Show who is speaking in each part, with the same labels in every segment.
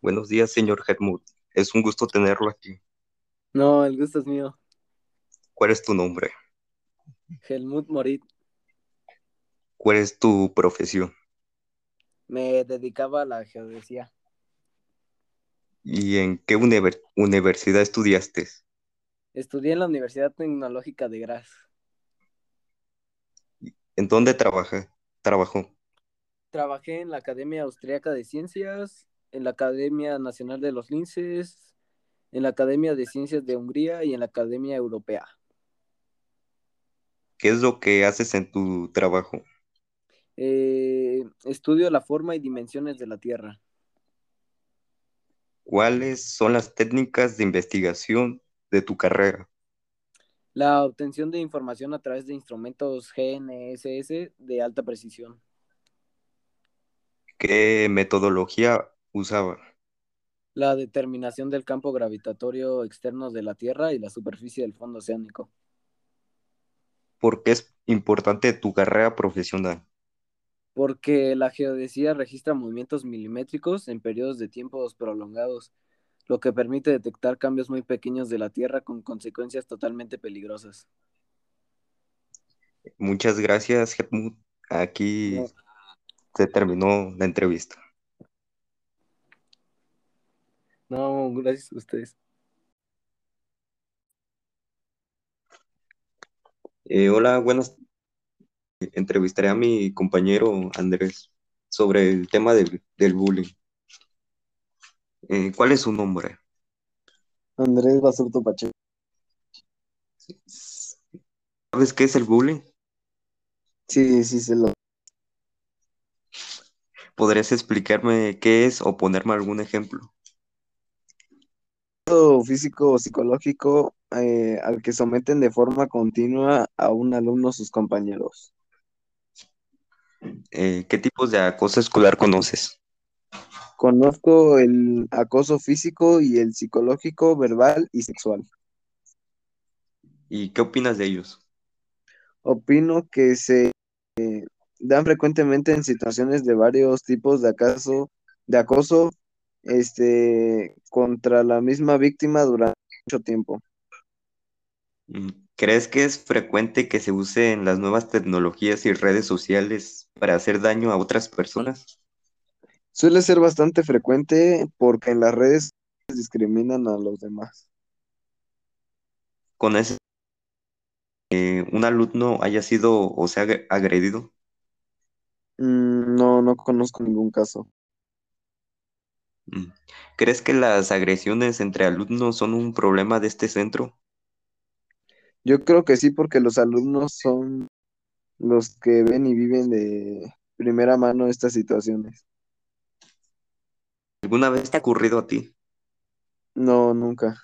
Speaker 1: Buenos días, señor Helmut. Es un gusto tenerlo aquí.
Speaker 2: No, el gusto es mío.
Speaker 1: ¿Cuál es tu nombre?
Speaker 2: Helmut Morit.
Speaker 1: ¿Cuál es tu profesión?
Speaker 2: Me dedicaba a la geodesía.
Speaker 1: ¿Y en qué univer- universidad estudiaste?
Speaker 2: Estudié en la Universidad Tecnológica de Graz.
Speaker 1: ¿En dónde trabaja? trabajó?
Speaker 2: Trabajé en la Academia Austriaca de Ciencias, en la Academia Nacional de los Linces, en la Academia de Ciencias de Hungría y en la Academia Europea.
Speaker 1: ¿Qué es lo que haces en tu trabajo?
Speaker 2: Eh, estudio la forma y dimensiones de la Tierra.
Speaker 1: ¿Cuáles son las técnicas de investigación de tu carrera?
Speaker 2: La obtención de información a través de instrumentos GNSS de alta precisión.
Speaker 1: ¿Qué metodología usaba?
Speaker 2: La determinación del campo gravitatorio externo de la Tierra y la superficie del fondo oceánico.
Speaker 1: ¿Por qué es importante tu carrera profesional?
Speaker 2: porque la geodesía registra movimientos milimétricos en periodos de tiempos prolongados, lo que permite detectar cambios muy pequeños de la Tierra con consecuencias totalmente peligrosas.
Speaker 1: Muchas gracias, Helmut. Aquí
Speaker 2: No.
Speaker 1: se terminó la entrevista.
Speaker 2: No, gracias a ustedes.
Speaker 1: Eh, hola, buenas. Entrevistaré a mi compañero Andrés sobre el tema del, del bullying. Eh, ¿cuál es su nombre?
Speaker 2: Andrés Basurto Pacheco.
Speaker 1: ¿Sabes qué es el bullying?
Speaker 2: Sí, sí, se lo.
Speaker 1: ¿Podrías explicarme qué es o ponerme algún ejemplo?
Speaker 2: Físico o psicológico eh, al que someten de forma continua a un alumno sus compañeros.
Speaker 1: Eh, ¿qué tipos de acoso escolar conoces?
Speaker 2: Conozco el acoso físico y el psicológico, verbal y sexual.
Speaker 1: ¿Y qué opinas de ellos?
Speaker 2: Opino que se eh, dan frecuentemente en situaciones de varios tipos de acaso, de acoso, este, contra la misma víctima durante mucho tiempo.
Speaker 1: Mm, ¿Crees que es frecuente que se usen las nuevas tecnologías y redes sociales para hacer daño a otras personas?
Speaker 2: Suele ser bastante frecuente porque en las redes discriminan a los demás.
Speaker 1: ¿Con ese eh, un alumno haya sido o sea agre- agredido?
Speaker 2: Mm, no, no conozco ningún caso.
Speaker 1: Mm. ¿Crees que las agresiones entre alumnos son un problema de este centro?
Speaker 2: Yo creo que sí porque los alumnos son los que ven y viven de primera mano estas situaciones.
Speaker 1: ¿Alguna vez te ha ocurrido a ti?
Speaker 2: No, nunca.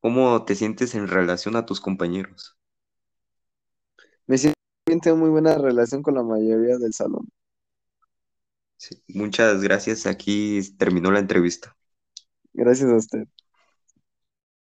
Speaker 1: ¿Cómo te sientes en relación a tus compañeros?
Speaker 2: Me siento tengo muy buena relación con la mayoría del salón.
Speaker 1: Sí, Muchas gracias. Aquí terminó la entrevista.
Speaker 2: Gracias a usted.